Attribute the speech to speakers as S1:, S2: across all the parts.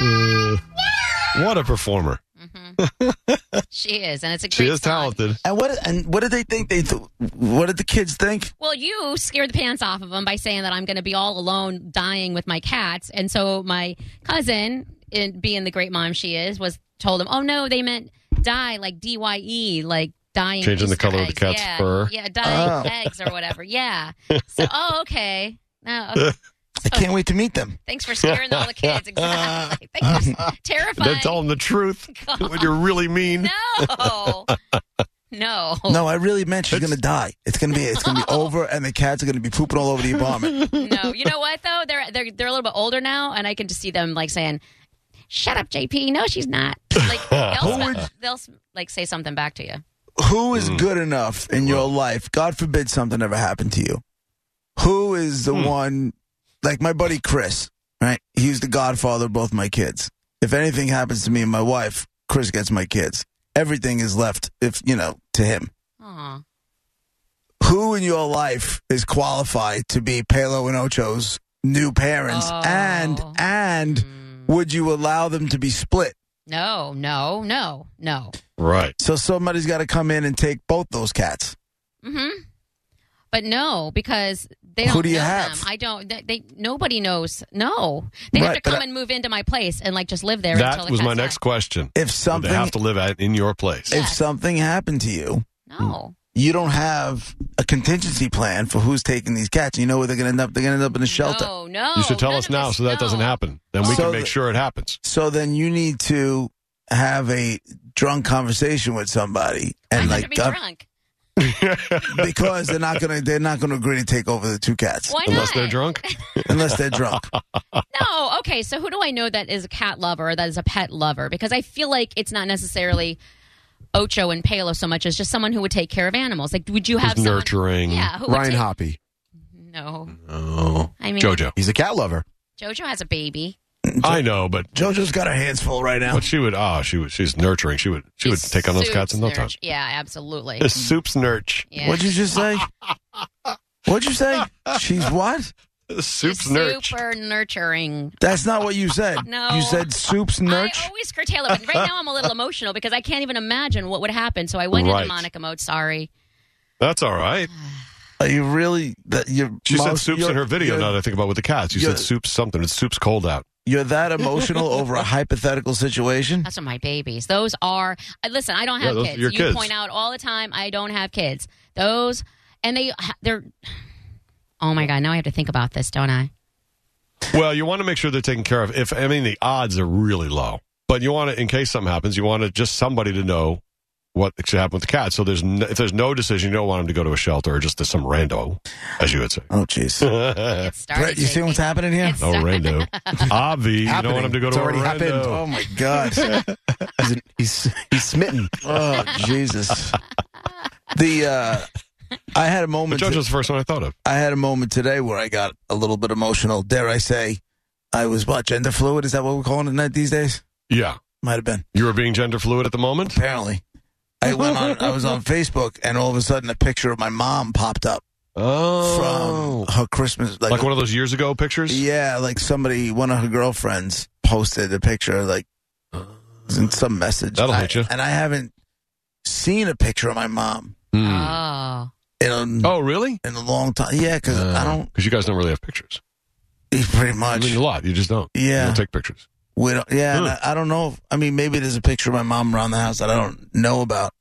S1: Mm. What a performer.
S2: She is, and it's a great
S1: She is
S2: song.
S1: talented.
S3: And what and what did they think? They th- what did the kids think?
S2: Well, you scared the pants off of him by saying that I'm going to be all alone dying with my cats. And so my cousin, in, being the great mom she is, was told him, oh no, they meant die, like D Y E, like dying.
S1: Changing the
S2: Easter
S1: color of the
S2: eggs.
S1: cat's
S2: yeah,
S1: fur. Oh.
S2: Yeah, dying eggs or whatever. Yeah. So, oh, okay. No, okay.
S3: I can't wait to meet them.
S2: Thanks for scaring all the kids. Exactly. Thanks for terrifying.
S1: Then tell them the truth when you're really mean.
S2: No. No.
S3: No, I really meant she's gonna die. It's gonna be it's gonna be over, and the cats are gonna be pooping all over the vomit.
S2: no, you know what though? They're they're they're a little bit older now, and I can just see them like saying, "Shut up, JP." No, she's not. Like they'll, sp- they'll s- like say something back to you.
S3: Who is good enough in your life? God forbid something ever happened to you. Who is the one? Like my buddy Chris, right? He's the godfather of both my kids. If anything happens to me and my wife, Chris gets my kids. Everything is left, if you know, to him.
S2: Aw.
S3: who in your life is qualified to be Palo and Ocho's new parents,
S2: Oh. Hmm.
S3: and and would you allow them to be split?
S2: No, no, no, no.
S1: Right.
S3: So somebody's got to come in and take both those cats.
S2: Mm-hmm. But no, because they
S3: Who
S2: don't
S3: do you
S2: know them.
S3: have?
S2: I don't. They, they nobody knows. No, they have
S3: Right,
S2: to
S3: but
S2: come
S3: I-
S2: and move into my place and like just live there. until
S1: That
S2: the
S1: was my
S2: cat's
S1: next question.
S3: If
S1: Do
S3: something
S1: They have to live at in your place.
S3: if
S2: Yes.
S3: something happened to you,
S2: out. No.
S3: you don't have a contingency plan for who's taking these cats. You know where they're going to end up. They're going to end up in a shelter.
S2: No, no.
S1: You should tell
S2: Oh, none
S1: us
S2: of
S1: now
S2: this-
S1: so that doesn't
S2: no.
S1: happen. Then we
S3: So
S1: can make
S3: the-
S1: sure it happens.
S3: So then you need to have a drunk conversation with somebody
S2: I
S3: and
S2: have to
S3: like
S2: be
S1: uh,
S3: God-
S2: drunk.
S3: because they're not going to they're not going to agree to take over the two cats
S2: Why
S1: Unless
S2: not?
S1: they're drunk.
S3: unless they're drunk.
S2: No, Oh, okay. So who do I know that is a cat lover or that is a pet lover? Because I feel like it's not necessarily Ocho and Palo so much as just someone who would take care of animals. Like, would you have
S1: Who's
S2: someone-
S1: nurturing.
S2: Yeah, who would
S4: Ryan
S2: take-
S4: Hoppy.
S2: No,
S1: Oh.
S2: I mean
S1: Jojo.
S4: He's a cat lover.
S2: Jojo has a baby.
S1: I know, but
S3: JoJo's got her hands full right now.
S1: but she would oh she would she's nurturing. She would she would
S2: She's
S1: take on those
S2: soups
S1: cats in no time.
S2: nurture- Yeah, absolutely.
S1: The soup's nurch.
S2: Yeah.
S3: What'd you just say? What'd you say? She's what?
S1: The
S2: She's
S1: soup's nurch.
S2: super nurturing.
S3: That's not what you said.
S2: No.
S3: You said soup's
S2: I
S3: nurch.
S2: always curtail it, but right now I'm a little emotional because I can't even imagine what would happen. So I went
S1: Right.
S2: into Monica mode. Sorry.
S1: That's all right.
S3: Are you really that you're
S1: She said
S3: most-
S1: soups
S3: you're-
S1: in her video.
S3: You're,
S1: Now that I think about with the cats, you
S3: you're-
S1: said soups something. It's soups cold out.
S3: you're that emotional over a hypothetical situation?
S2: That's what my babies. Those are. I- Listen, I don't
S1: Yeah,
S2: have
S1: those are
S2: kids.
S1: your
S2: you
S1: kids.
S2: point out all the time I don't have kids. Those and they they're. Oh my god! Now I have to think about this, don't I?
S1: Well, you want to make sure they're taken care of. If I mean, the odds are really low, but you want to, in case something happens, you want to just somebody to know what should happen with the cat. So there's no, if there's no decision, you don't want them to go to a shelter or just to some rando, as you would say.
S3: Oh jeez.
S1: no
S2: Get started.
S3: Brett, you see
S2: JP.
S3: what's happening here?
S2: It's-
S1: rando, Avi. You don't want
S4: Happening.
S1: them to go
S4: It's
S1: to a
S4: already happened.
S1: rando.
S3: Oh my god.
S4: He's, he's, he's smitten.
S3: Oh Jesus. The uh I had a
S1: But
S3: moment
S1: Jojo's the first one I thought of.
S3: I had a moment today where I got a little bit emotional. Dare I say I was what, gender fluid? Is that what we're calling it night these days?
S1: Yeah,
S3: Might have been.
S1: you were being gender fluid at the moment.
S3: apparently. I went on. I was on Facebook, and all of a sudden, a picture of my mom popped up
S1: Oh,
S3: from her Christmas. Like,
S1: like one of those years ago pictures.
S3: yeah, like somebody, one of her girlfriends posted a picture, like in some message.
S1: Uh, That'll
S3: I-
S1: hit ya.
S3: And I haven't seen a picture of my mom Um,
S1: Hmm.
S2: Oh,
S3: in a,
S1: Oh, really?
S3: in a long time. Yeah, because I don't
S1: Because you guys don't really have pictures.
S3: eat pretty
S1: I
S3: much.
S1: mean, a lot. You just don't.
S3: Yeah.
S1: You don't take pictures.
S3: we don't, yeah, and
S1: Huh.
S3: I, I don't know. If, I mean, maybe there's a picture of my mom around the house that I don't know about.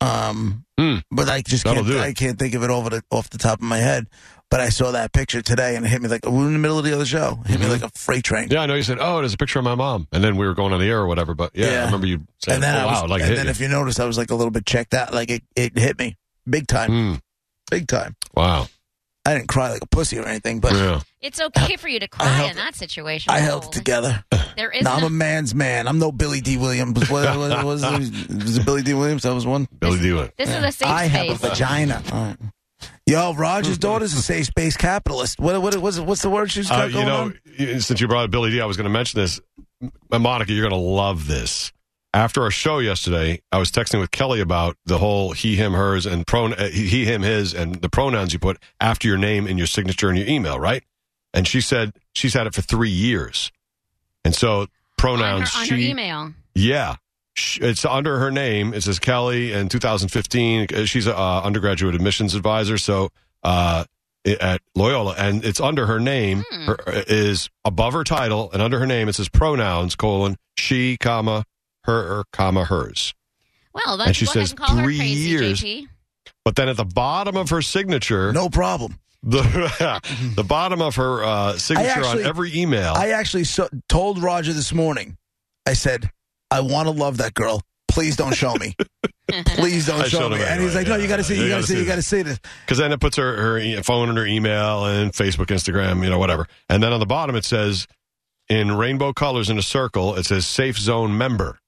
S3: Um,
S1: Hmm.
S3: but I just
S1: That'll
S3: can't.
S1: do it.
S3: I can't think of it over the, off the top of my head. But I saw that picture today, and it hit me like we were in the middle of the other show. It hit me like a freight train.
S1: Mm-hmm. Yeah, I know you said, "Oh, there's a picture of my mom," and then we were going on the air or whatever. But yeah,
S3: Yeah.
S1: I remember you saying,
S3: and then
S1: "Oh,
S3: I was,
S1: wow!" Like, it
S3: and
S1: hit
S3: then
S1: you.
S3: if you notice, I was like a little bit checked out. Like it, it hit me big time,
S1: Mm,
S3: big time.
S1: Hmm, wow,
S3: I didn't cry like a pussy or anything, but
S1: Yeah.
S2: It's okay for you to cry
S3: held
S2: in that situation.
S3: I held it
S2: Raoul.
S3: together.
S2: There is
S3: No,
S2: no,
S3: I'm a man's man. I'm no Billy D. Williams. What, what, what was, it? was it Billy D. Williams? That was one.
S1: Billy Uh, do it.
S2: this is a safe
S3: I have a
S2: space.
S3: vagina. All right. Yo, Roger's daughter's a safe space capitalist. What what what's, what's the word she's got
S1: Mm-hmm. Uh, you
S3: going
S1: know,
S3: on?
S1: y- since you brought up Billy D, I was going to mention this. M- Monica, you're going to love this. After our show yesterday, I was texting with Kelly about the whole he, him, hers, and pron- uh, he, he, him, his, and the pronouns you put after your name in your signature and your email, right? And she said she's had it for three years, and so
S2: on her,
S1: pronouns
S2: on her
S1: she,
S2: email.
S1: yeah, Sh it's under her name. It says Kelly in 2015. Uh, She's a uh, undergraduate admissions advisor. So uh, i- at Loyola, and it's under her name
S2: Hmm.
S1: her, uh, is above her title, and under her name it says pronouns colon she comma her er, comma hers.
S2: Well, that's
S1: And she
S2: go ahead
S1: says
S2: and call her
S1: three
S2: crazy,
S1: years.
S2: JP.
S1: But then at the bottom of her signature,
S3: No problem.
S1: the the bottom of her uh, signature
S3: actually-
S1: on every email.
S3: I actually so, told Roger this morning. I said, I want to love that girl. Please don't show me. Please don't
S1: I
S3: show
S1: showed
S3: me.
S1: him
S3: And he's
S1: anyway,
S3: like, No,
S1: yeah,
S3: you got to see.
S1: you
S3: You got
S1: gotta
S3: to see.
S1: see
S3: You got to see this.
S1: Because then it puts her, her e- phone and her email and Facebook, Instagram, you know, whatever. And then on the bottom it says, in rainbow colors in a circle, it says safe zone member.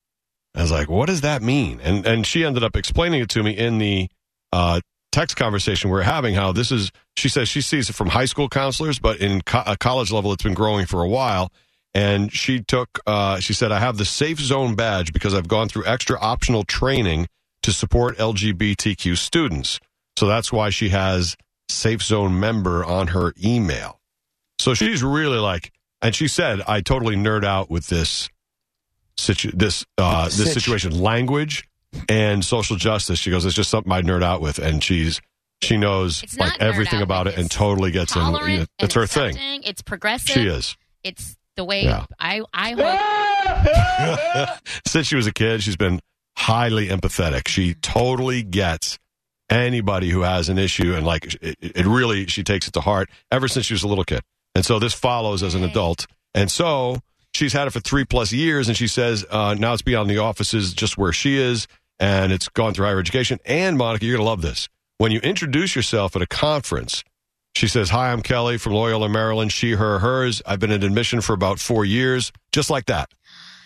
S1: I was like, what does that mean? And and she ended up explaining it to me in the uh, text conversation we are having. How this is, she says she sees it from high school counselors, but in co- a college level, it's been growing for a while. And she took, uh, she said, I have the safe zone badge because I've gone through extra optional training to support LGBTQ students. So that's why she has Safe Zone member on her email. So she's really like, and she said, I totally nerd out with this situ- this uh, this
S3: Sitch.
S1: situation, language and social justice. She goes, it's just something I nerd out with, and she's she knows
S2: It's not
S1: like
S2: nerd
S1: everything
S2: out,
S1: about
S2: like
S1: it and
S2: it's
S1: totally gets in.
S2: Tolerant.
S1: Yeah,
S2: and
S1: It's her thing.
S2: accepting, It's progressive.
S1: She is.
S2: It's the way
S1: Yeah.
S2: I I hope.
S1: Since she was a kid, she's been highly empathetic. She totally gets anybody who has an issue, and like it, it really, she takes it to heart ever since she was a little kid. And so this follows as an
S2: Right.
S1: adult. And so she's had it for three plus years, and she says uh, now it's beyond the offices, just where she is, and it's gone through higher education. And Monica, you're gonna love this when you introduce yourself at a conference. She says, Hi, I'm Kelly from Loyola, Maryland. She, her, hers. I've been in admission for about four years, just like that.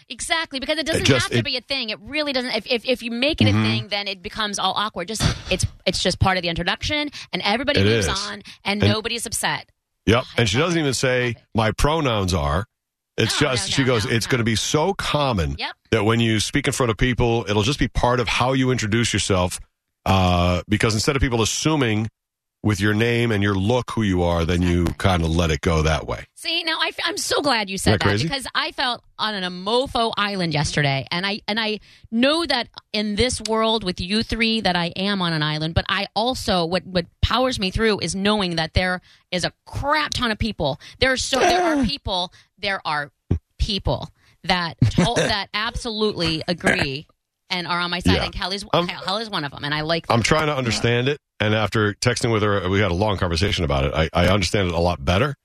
S2: Exactly, because it doesn't
S1: just-
S2: have
S1: it-
S2: to
S1: Mm-hmm.
S2: be a thing. It really doesn't. If, if, if you make it a thing, then it becomes all awkward. Just it's it's just part of the introduction, and everybody
S1: It
S2: moves
S1: is.
S2: on, and,
S1: And-
S2: nobody's upset.
S1: Yep.
S2: I
S1: And she
S2: love
S1: doesn't
S2: it.
S1: even
S2: Love
S1: say
S2: it.
S1: my pronouns are. It's
S2: No,
S1: just
S2: no,
S1: she
S2: no,
S1: goes.
S2: no,
S1: it's
S2: no.
S1: going to be so common
S2: Yep.
S1: that when you speak in front of people, it'll just be part of how you introduce yourself. Uh, because instead of people assuming with your name and your look who you are, then you kind of let it go that way.
S2: See, now I, am so glad you said
S1: Isn't
S2: that,
S1: that crazy?
S2: because I felt on an Amofo island yesterday, and I and I know that in this world with you three that I am on an island, but I also what what powers me through is knowing that there is a crap ton of people. There are so there are people there are people that to- that absolutely agree and are on my side,
S1: Yeah.
S2: and Kelly's
S1: Um,
S2: Kelly's one of them, and I like.
S1: I'm trying to understand it. And after texting with her, uh, we had a long conversation about it. I, I understand it a lot better.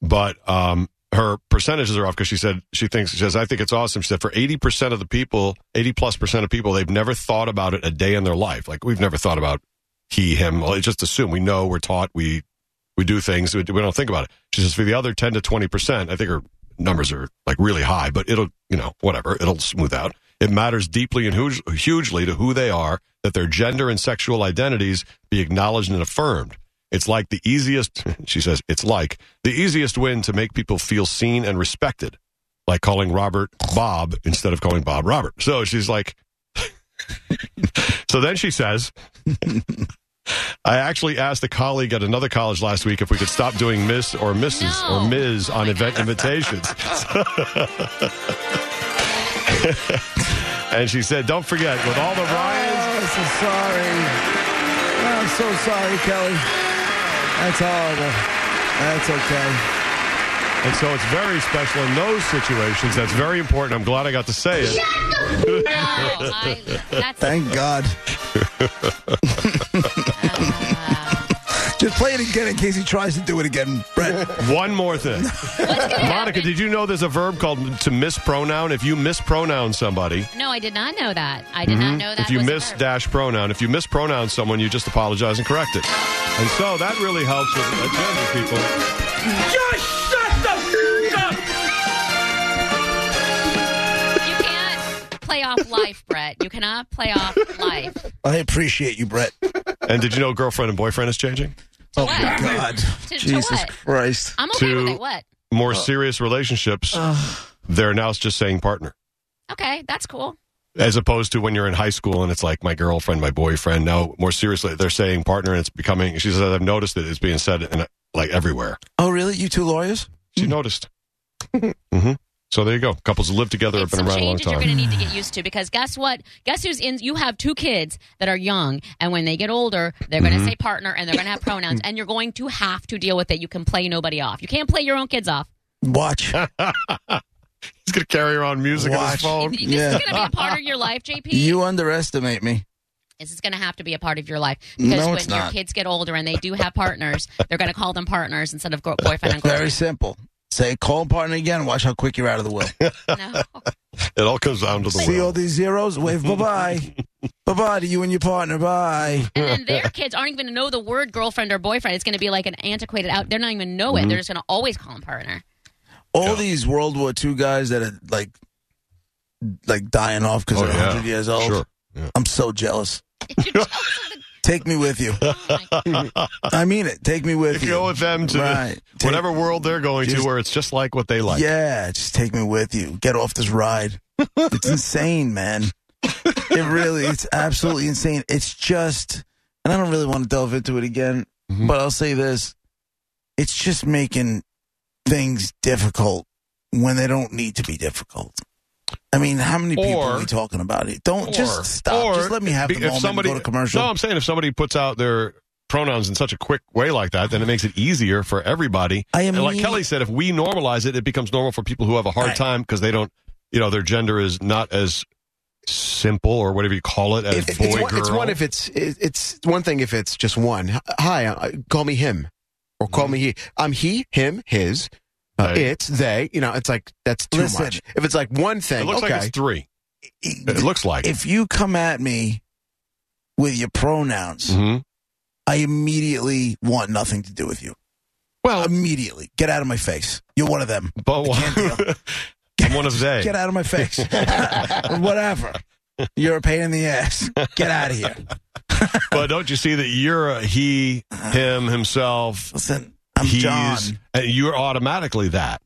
S1: But um, her percentages are off because she said she thinks she says I think it's awesome. She said for eighty percent of the people, eighty plus percent of people, they've never thought about it a day in their life. Like we've never thought about he, him. Well, it's just assume we know, we're taught, we we do things, we, we don't think about it. She says for the other ten to twenty percent, I think her numbers are like really high, but it'll you know whatever, it'll smooth out. It matters deeply and huge, hugely to who they are that their gender and sexual identities be acknowledged and affirmed. It's like the easiest, she says, it's like the easiest win to make people feel seen and respected, like calling Robert Bob instead of calling Bob Robert. So she's like, so then she says, I actually asked a colleague at another college last week if we could stop doing Miss or Mrs.
S2: No.
S1: or Ms. on event invitations. and she said, don't forget, with all the riots,
S3: Oh, so sorry. Oh, I'm so sorry, Kelly. That's horrible. That's okay.
S1: And so it's very special in those situations. That's very important. I'm glad I got to say it.
S2: No, I, that's
S3: Thank God. Just play it again in case he tries to do it again, Brett.
S1: One more thing. Monica, did you know there's a verb called to mispronoun? If you mispronoun somebody,
S2: no, I did not know that. I did not know that.
S1: Mm-hmm. if you
S2: was a
S1: miss
S2: verb.
S1: dash pronoun, if you mispronoun someone, you just apologize and correct it. And so that really helps with agenda people.
S2: You can't play off life, Brett. You cannot play off life.
S3: I appreciate you, Brett.
S1: And did you know girlfriend and boyfriend is changing?
S3: Oh
S2: what?
S3: my God,
S2: to
S3: Jesus
S2: what?
S3: Christ!
S2: I'm okay with
S1: To-
S2: it. What?
S1: More serious relationships, they're now just saying partner.
S2: Okay, that's cool.
S1: As opposed to when you're in high school and it's like my girlfriend, my boyfriend. Now, more seriously, they're saying partner and it's becoming, she says, I've noticed that it's being said in, like everywhere.
S3: Oh, really? You two lawyers?
S1: She noticed. hmm So there you go. Couples who live together
S2: it's
S1: have
S2: some
S1: been around a long
S2: changes you're
S1: time.
S2: going to need to get used to because guess what? Guess who's in? You have two kids that are young, and when they get older, they're going
S3: Mm-hmm.
S2: to say partner and they're going to have pronouns, and you're going to have to deal with it. You can play nobody off. You can't play your own kids off.
S3: Watch.
S1: He's going to carry around music on his
S3: Watch.
S1: phone.
S2: This
S3: Oh, Yeah.
S2: is going to be a part of your life, JP.
S3: You underestimate me.
S2: this is going to have to be a part of your life
S3: No,
S2: because when
S3: it's
S2: your
S3: not.
S2: kids get older and they do have partners, they're going to call them partners instead of gr- boyfriend and
S3: Very
S2: girlfriend.
S3: simple. Say call partner again. Watch how quick you're out of the will.
S2: No.
S1: It all comes down to the
S3: See all
S1: will.
S3: these zeros? Wave bye bye. bye bye to you and your partner. Bye.
S2: And then their kids aren't even going to know the word girlfriend or boyfriend. It's going to be like an antiquated out. They're not even know it.
S1: Mm-hmm.
S2: They're just going to always call them partner.
S3: All these World War II guys that are like, like dying off because
S1: Oh,
S3: they're
S1: yeah.
S3: 100 years old.
S1: Sure.
S3: I'm so jealous.
S2: You're jealous of
S3: Take me with you.
S2: the- oh my-
S3: I mean it. Take me with you.
S1: Go with them to the-
S3: Right. Take-
S1: whatever world they're going to
S3: Just-
S1: where it's just like what they like.
S3: Yeah, just take me with you. Get off this ride. it's insane, man. It really, it's absolutely insane. It's just, and I don't really want to delve into it again,
S1: Mm-hmm.
S3: but I'll say this: it's just making things difficult when they don't need to be difficult. I mean, how many people
S1: Or-
S3: are we talking about? It don't just stop.
S1: or
S3: just let me have the
S1: if
S3: moment.
S1: somebody-
S3: and go to commercial.
S1: No, I'm saying if somebody puts out their pronouns in such a quick way like that, then it makes it easier for everybody.
S3: I
S1: And like
S3: immediately-
S1: Kelly said, if we normalize it, it becomes normal for people who have a hard
S3: Right.
S1: time because they don't, you know, their gender is not as simple or whatever you call it as
S4: If-
S1: boy
S4: it's, one,
S1: girl.
S4: it's one if it's it- it's one thing if it's just one. H- Hi, uh, call me him, or call me he. I'm he, him, his. Uh,
S1: Right.
S4: It's they. You know, it's like that's too
S3: Listen.
S4: much. If it's like one
S1: it
S4: thing,
S1: looks
S4: okay.
S1: like it's three. It looks like.
S3: if you come at me with your pronouns,
S1: Mhm.
S3: I immediately want nothing to do with you.
S1: Well,
S3: immediately. Get out of my face. You're one of them.
S1: but
S3: can't
S1: one, I'm one of they.
S3: Get out of my face. Whatever. You're a pain in the ass. Get out of here.
S1: But don't you see that you're a he, him, himself,
S3: Listen, I'm
S1: he's
S3: John.
S1: and you're automatically that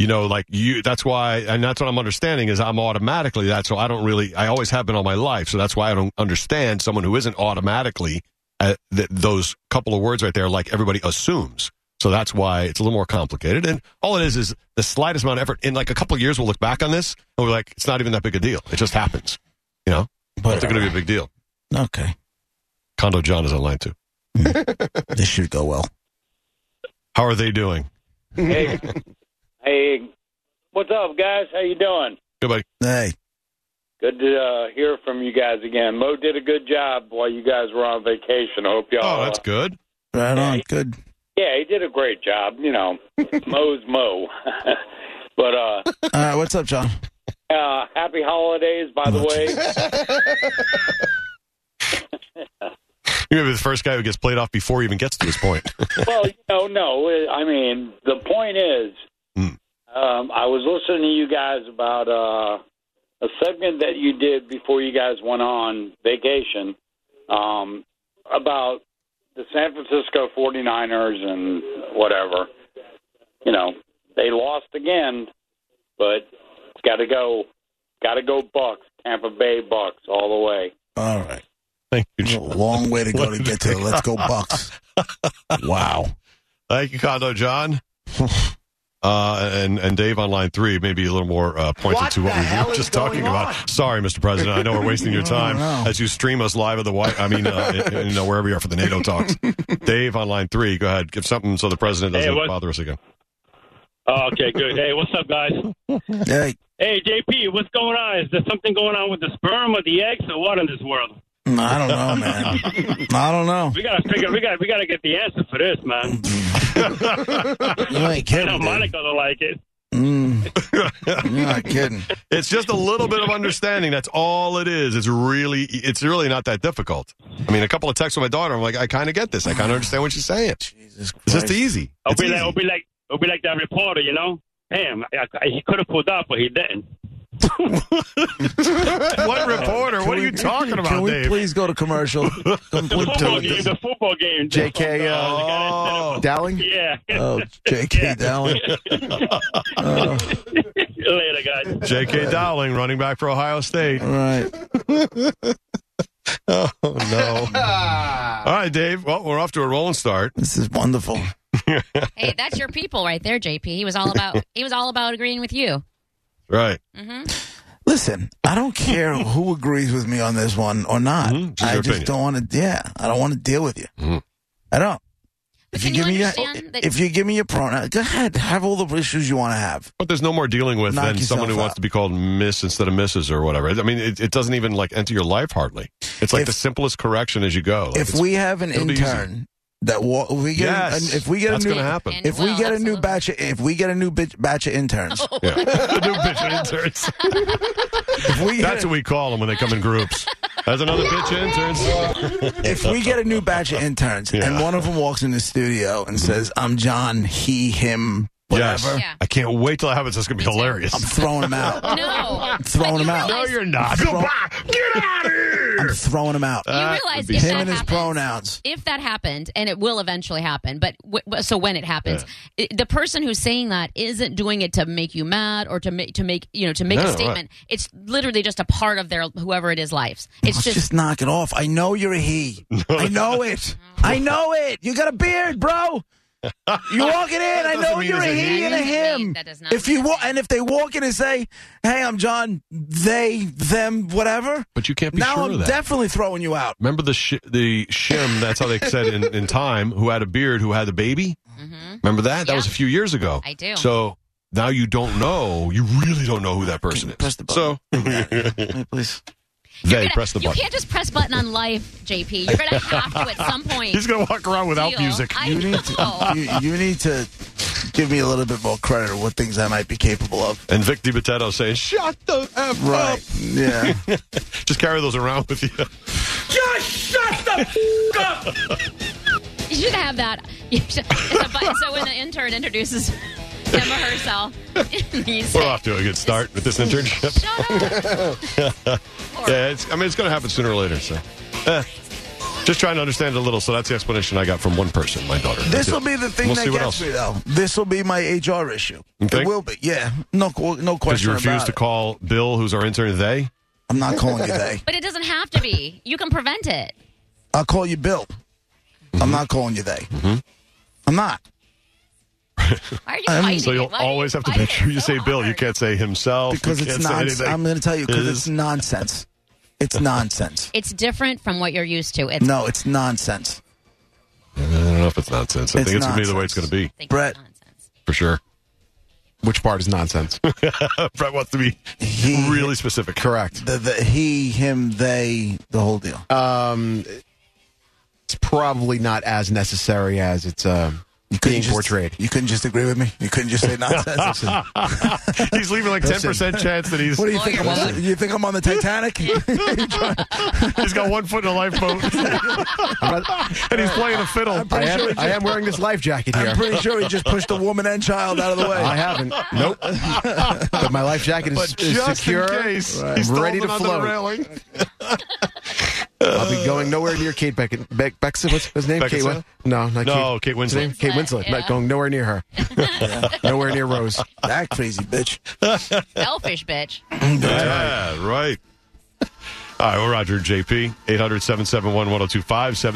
S1: you know like you that's why and that's what i'm understanding is i'm automatically that so i don't really i always have been all my life so that's why i don't understand someone who isn't automatically uh, th- those couple of words right there like everybody assumes so that's why it's a little more complicated and all it is is the slightest amount of effort in like a couple of years we'll look back on this and we're like it's not even that big a deal it just happens you know but it's going to be a big deal
S3: Okay.
S1: condo john is online too
S3: This should go well.
S1: how are they doing
S5: Hey, hey, what's up, guys? How you doing?
S1: Goodbye.
S3: Hey,
S5: Good to uh, hear from you guys again. Mo did a good job while you guys were on vacation. I hope y'all.
S4: Uh,
S1: oh that's good
S3: right on. Good.
S5: yeah, he did a great job. You know, Mo's Mo. but uh,
S3: All right. What's up, John?
S5: uh, happy holidays, by the way.
S1: you're gonna be the first guy who gets played off before he even gets to his point
S5: well, you know, no. I mean, the point is,
S1: Hmm.
S5: um, I was listening to you guys about uh, a segment that you did before you guys went on vacation um, about the San Francisco 49ers and whatever. You know, they lost again, but got to go, got to go Bucks, Tampa Bay Bucks all the way.
S3: All right.
S1: Thank you.
S3: It's a
S1: John.
S3: long way to go to get to the Let's Go Bucks. Wow.
S1: Thank you, Condo John. Uh, and and Dave on line three maybe a little more uh, pointed
S4: What
S1: to what
S4: the hell
S1: we were
S4: is
S1: just talking
S4: going
S1: about.
S4: on?
S1: Sorry, Mr. President, I know we're wasting your
S3: No,
S1: time
S3: no.
S1: as you stream us live at the White. I mean, uh, you know wherever you are for the NATO talks. Dave on line three, go ahead, give something so the president
S6: Hey,
S1: doesn't
S6: what-
S1: bother us again.
S6: Oh, okay, good. Hey, what's up, guys?
S3: Hey.
S6: Hey, JP, what's going on? Is there something going on with the sperm or the eggs or what in this world?
S3: I don't know, man. I don't know.
S6: We gotta figure. We got. We gotta get the answer for this, man.
S3: You ain't
S6: I know
S3: kidding. dude.
S6: Monica don't like it.
S3: Mm. You're not kidding.
S1: It's just a little bit of understanding. That's all it is. It's really, it's really not that difficult. I mean, a couple of texts with my daughter. I'm like, I kind of get this. I kind of understand what she's saying.
S3: Jesus Christ.
S1: It's just easy.
S6: It'll
S1: It's
S6: be, like, it'll
S1: easy.
S6: be like it'll be like that reporter, you know. Damn, I, I, he could have pulled up, but he didn't.
S1: What reporter?
S3: Can
S1: What are
S3: we-
S1: you talking
S3: Can
S1: about,
S3: we
S1: Dave? Oh,
S3: please go to commercial?
S6: The
S3: Complete
S6: football game,
S3: to
S6: the football game.
S4: J.K.
S6: The
S4: Uh,
S6: guy that said it.
S4: Dowling?
S6: yeah.
S3: Oh, J.K. Dowling. Oh,
S6: Later, guys.
S1: J.K. Oh. Dowling, running back for Ohio State.
S3: all right.
S1: Oh no! All right, Dave. Well, we're off to a rolling start.
S3: This is wonderful.
S2: Hey, that's your people right there, JP. He was all about he was all about agreeing with you.
S1: Right.
S3: Listen, I don't care who agrees with me on this one or not.
S1: Mhm, just
S3: I
S1: your
S3: just
S1: opinion.
S3: don't want to. Yeah, I don't want to deal with you.
S1: Mhm.
S3: I don't.
S2: But
S3: If you,
S2: can
S3: give
S2: you
S3: me your,
S2: understand that-
S3: if you give me your pronoun, go ahead. Have all the issues you want to have.
S1: But there's no more dealing with
S3: Knock
S1: than someone who
S3: yourself
S1: wants
S3: out.
S1: to be called Miss instead of Mrs. or whatever. I mean, it, it doesn't even like enter your life hardly. It's like
S3: If-
S1: the simplest correction as you go. Like,
S3: if
S1: it's-
S3: we have an
S1: it'll be easy.
S3: intern that wa- if we get an-
S1: Yes,
S3: if we get
S1: that's
S3: a new
S1: gonna happen.
S2: And
S3: if
S2: it
S3: we
S2: will,
S3: get a new
S2: absolutely.
S3: batch of if we get a new bitch, batch of interns
S1: yeah. the new bitch interns.
S3: if we get
S1: That's what we call them when they come in groups. That's another bitch interns.
S3: if we get a new batch of interns and
S1: Yeah.
S3: one of them walks in the studio and says, "I'm John, he, him,
S1: Yes.
S3: whatever,"
S2: Yeah.
S1: I can't wait till that happens. That's going to be hilarious.
S3: I'm throwing him out.
S2: No,
S3: throwing him out.
S1: No, you're not.
S3: Throw-
S1: Get out of
S3: I'm
S1: here.
S3: throwing him out.
S2: You
S1: That
S2: realize
S1: would be
S2: if
S3: him
S2: that
S3: and his
S2: happens-
S3: pronouns.
S2: if that happened, and it will eventually happen, but w- w- so when it happens, i- the person who's saying that isn't doing it to make you mad or to make to make you know to make
S1: No,
S2: a
S1: right.
S2: statement. It's literally just a part of their whoever it is lives. It's
S3: Let's
S2: just,
S3: just, knock it off. I know you're a he. I know it. I know it. You got a beard, bro. You walk it in. I know
S1: doesn't mean
S3: you're
S1: it's
S3: a
S1: a
S3: he,
S1: he.
S3: and a him.
S2: That does not
S3: If you
S2: mean
S3: walk, and if they walk in and say, "Hey, I'm John," they, them, whatever.
S1: But you can't be
S3: Now
S1: sure
S3: I'm
S1: of that.
S3: definitely throwing you out.
S1: Remember the sh- the shim? That's how they said in, in time. Who had a beard? Who had the baby?
S2: Mhm.
S1: Remember that? That was a
S2: Yeah.
S1: few years ago.
S2: I do.
S1: So now you don't know. You really don't know who that person is.
S3: Press the
S1: so
S3: button. Hey, please.
S1: they
S2: you're gonna-
S1: press the
S2: you
S1: button.
S2: can't just press button on life, JP. You're gonna have to at some point.
S1: He's gonna walk around without
S2: deal.
S1: music.
S2: I
S3: You need to.
S2: know.
S3: You, you need to give me a little bit more credit of what things I might be capable of.
S1: and Vic DiBattista saying, "Shut the f
S3: Right. Yeah.
S1: up." Just carry those around with you.
S2: You should have that. You should, it's a button, so when the intern introduces him or herself, you say,
S1: We're off to a good start with this internship.
S2: Shut up. Or-
S1: Yeah, it's, I mean, it's going to happen sooner or later. So, eh. just trying to understand it a little. So that's the explanation I got from one person, my daughter.
S3: This
S1: That's
S3: will
S1: it.
S3: be the thing
S1: We'll
S3: that
S1: see what
S3: gets
S1: else.
S3: me, though. This will be my HR issue.
S1: You think?
S3: It will be, yeah. No, qu- no
S1: Because
S3: question
S1: you refuse
S3: about
S1: to
S3: it.
S1: call Bill, who's our intern today.
S3: I'm not calling you they.
S2: But it doesn't have to be. You can prevent it.
S3: I'll call you Bill. I'm not calling you they.
S1: Mm-hmm.
S3: I'm not.
S2: Why are you
S3: Um,
S2: fighting?
S1: So you'll
S2: it? Why do
S1: always have to
S2: fight
S1: make sure
S2: it
S1: you
S2: so
S1: say Bill. You
S2: hard?
S1: can't say himself. Oh, You
S3: Because it's
S1: can't say
S3: nonsense.
S1: anything.
S3: I'm going to tell you because
S1: Is-
S3: it's nonsense. It's nonsense.
S2: It's different from what you're used to. It's
S3: No, it's nonsense.
S1: I don't know if it's nonsense. I
S3: It's
S1: think it's going to be the way it's going
S3: nonsense.
S1: to be,
S2: I think
S3: Brett.
S2: it's nonsense.
S1: for sure.
S4: Which part is nonsense?
S1: Brett wants to be
S3: He,
S1: really specific.
S4: Correct.
S3: the, the, he, him, they, the whole deal.
S1: Uh,
S4: Um, it's probably not as necessary as it's uh, being
S3: just,
S4: portrayed.
S3: You couldn't just agree with me. You couldn't just say nonsense. what
S1: He's leaving like 10% chance that he's,
S3: do you think? I'm
S2: Lawyer
S3: on, you think I'm on the Titanic?
S1: he's got one foot in a lifeboat
S4: I'm not-
S1: and he's playing a fiddle.
S4: I am, I am wearing this life jacket here.
S3: I'm pretty sure he just pushed a woman and child out of the way.
S4: I haven't. Nope. but my life jacket is,
S1: But
S4: is
S1: just
S4: secure.
S1: in case,
S4: I'm
S1: he's
S4: ready to
S1: holding onto
S4: float.
S1: The railing.
S4: I'll be going nowhere near Kate Beckett. Beck, Beck's what's his name? Kate.
S1: Beckinsale?
S4: Win- no, not
S1: No, Kate
S4: What's
S1: Winslet.
S4: her name? Kate Winslet.
S2: Yeah.
S4: Not going nowhere near her. Nowhere near Rose.
S3: That crazy bitch.
S2: Selfish bitch.
S1: oh Yeah, right. All right, well, Roger and JP, 800 771 1025